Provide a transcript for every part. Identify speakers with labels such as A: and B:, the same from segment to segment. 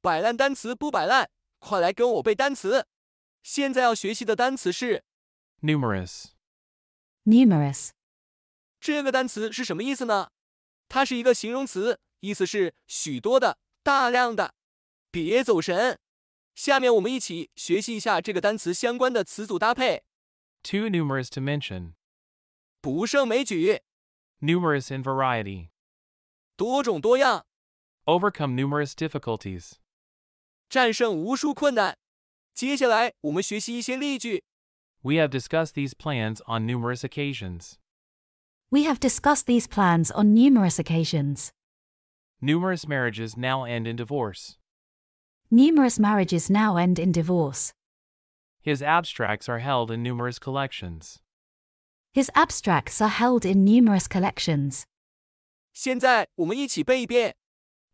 A: 摆烂单词不摆烂，快来跟我背单词。现在要学习的单词是
B: numerous,
C: numerous,
A: 这个单词是什么意思呢？它是一个形容词，意思是许多的、大量的。别走神，下面我们一起学习一下这个单词相关的词组搭配，
B: too numerous to mention,
A: 不胜枚举，
B: numerous in variety,
A: 多种多样，
B: overcome numerous difficulties,
A: 战胜无数困难。接下来我们学习一些例句，
B: We have discussed these plans on numerous occasions.
C: We have discussed these plans on numerous occasions.
B: Numerous marriages now end in divorce.
C: Numerous marriages now end in divorce.
B: His abstracts are held in numerous collections.
C: His abstracts are held in numerous collections.
A: 现在我们一起背一遍。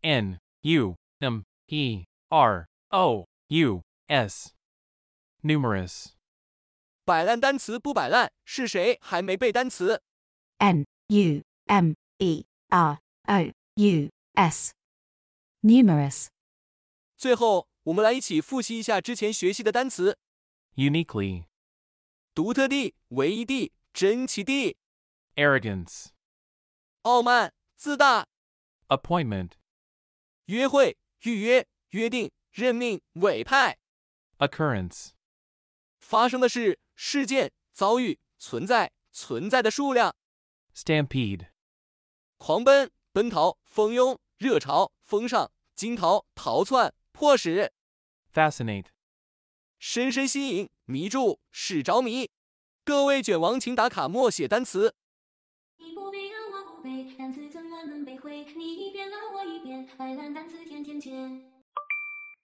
B: N U M E R O U S. Numerous.
A: 摆烂单词不摆烂，是谁还没背单词？
C: N U M E R O U S. Numerous.
A: 最后，我们来一起复习一下之前学习的单词：
B: Uniquely.
A: 独特地、唯一地、珍奇地、
B: Arrogance.
A: 傲慢、自大、
B: Appointment.
A: 约会、预约、约定、任命、委派、
B: Occurrence.
A: 发生的事、事件、遭遇、存在、存在的数量、
B: Stampede.
A: 狂奔、奔逃、蜂拥、热潮、风尚、惊逃、逃窜、迫使、
B: Fascinate.
A: 深深吸引、迷住、使着迷。各位卷王，请打卡默写单词。
D: 你不背啊，我不背，单词怎么能背会？你一遍啊，我一遍，白烂单词天天见。